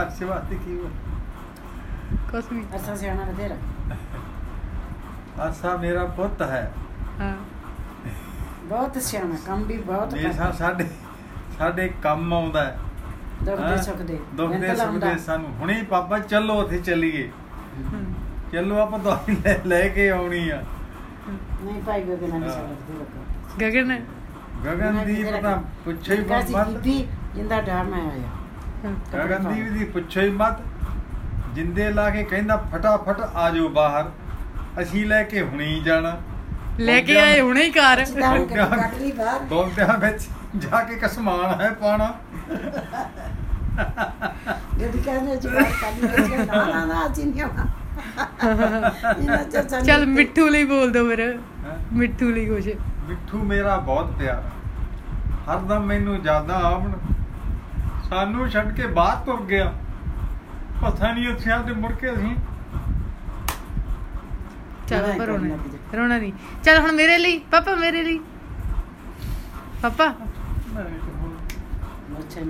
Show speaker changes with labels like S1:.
S1: ਆਪਸੇ ਬਾਤ ਕੀ ਹੋ
S2: ਕੁਛ ਨਹੀਂ
S3: ਅੱਛਾ ਸਿਆਣਾ ਬਥੇਰਾ
S1: ਆਸਾ ਮੇਰਾ ਪੁੱਤ ਹੈ
S2: ਹਾਂ
S3: ਬਹੁਤ ਸਿਆਣਾ ਕੰਮ ਵੀ ਬਹੁਤ
S1: ਦੇਸ਼ਾ
S3: ਕਰਦਾ
S1: ਸਾਡੇ ਸਾਡੇ ਕੰਮ ਆਉਂਦਾ ਹੈ
S3: ਦੁੱਖਦੇ
S1: ਹੈਂ?
S3: ਸੁੱਖਦੇ
S1: ਦੁੱਖਦੇ
S3: ਮਿਹਨਤ ਲਾਉਂਦਾ।
S1: ਸੁਖਦੇ ਸਾਨੂੰ ਹੁਣੇ ਪਾਪਾ ਚੱਲੋ ਉੱਥੇ ਚੱਲੀਏ
S2: ਹਮ,
S1: ਚੱਲੋ ਆਪਾਂ ਦਵਾਈ ਲੈ- ਲੈ ਕੇ ਆਉਣੀ ਆ
S2: ਹਮ।
S3: ਨਹੀਂ ਭਾਈ ਗੋਗੇ ਨਾਲ
S1: ਹਾਂ।
S3: ਸੁਣਦੇ ਲੋਕ
S2: ਗਗਨ
S1: ਗਗਨਦੀਪ ਦਾ ਪੁੱਛੇ ਹੀ
S3: ਬਸ
S1: ਮਤ
S3: ਬੀਬੀ ਜਿੰਦਾ ਡਰ ਮੈਂ ਆਇਆ
S2: ਹਮ,
S1: ਗਗਨਦੀਪ ਦੀ ਪੁੱਛੇ ਹੀ ਮਤ ਜਿੰਦੇ ਲਾ ਕੇ ਕਹਿੰਦਾ ਫਟਾਫਟ ਆ ਜਾਓ ਬਾਹਰ ਅਸੀਂ ਲੈ ਕੇ ਹੁਣੇ ਹੀ ਜਾਣਾ
S2: ਲੈ ਕੇ ਆਏ ਹੁਣੇ ਹੀ ਘਰ
S3: ਚਿਤਾਨ ਕੱਢ ਲਈ ਬਾਹਰ
S1: ਬੋਲਦਿਆਂ ਵਿੱਚ ਜਾ ਕੇ ਕਸਮਾਨ ਹੈ ਪਾਣਾ
S3: ਜਿਹੜੀ ਕਹਿੰਦੇ ਜਵਾਬ ਕੱਢ ਲਈ ਨਾ ਨਾ ਨਾ ਅਸੀਂ ਨਹੀਂ ਆਉਣਾ ਇਹਨਾਂ ਚਾ
S2: ਚੱਲ ਮਿੱਠੂ ਲਈ ਬੋਲ ਦੋ ਫਿਰ
S1: ਹੈਂ?
S2: ਮਿੱਠੂ ਲਈ ਕੁਛ
S1: ਮਿੱਠੂ ਮੇਰਾ ਬਹੁਤ ਪਿਆਰਾ ਹਰਦਮ ਮੈਨੂੰ ਜਿਆਦਾ ਆਵਣ ਸਾਨੂੰ ਛੱਡ ਕੇ ਬਾਹਰ ਤੁਰ ਗਿਆ ਪਤਾ ਨਹੀਂ ਉੱਥੇ ਆ ਤੇ ਮੁੜ ਕੇ ਅਸੀਂ
S2: ਚੱਲ
S3: ਲੜਾਈ
S2: ਪਰ
S3: ਕਰਨ
S2: ਰੋਣਾ
S3: ਲੱਗ ਜਾ।
S2: ਰੋਣਾ ਨਹੀਂ ਚੱਲ ਹੁਣ ਮੇਰੇ ਲਈ ਪਾਪਾ ਮੇਰੇ ਲਈ ਪਾਪਾ
S1: ਮੈਂ ਕਿਹਾ,
S3: ਮੁੱਛਾਂ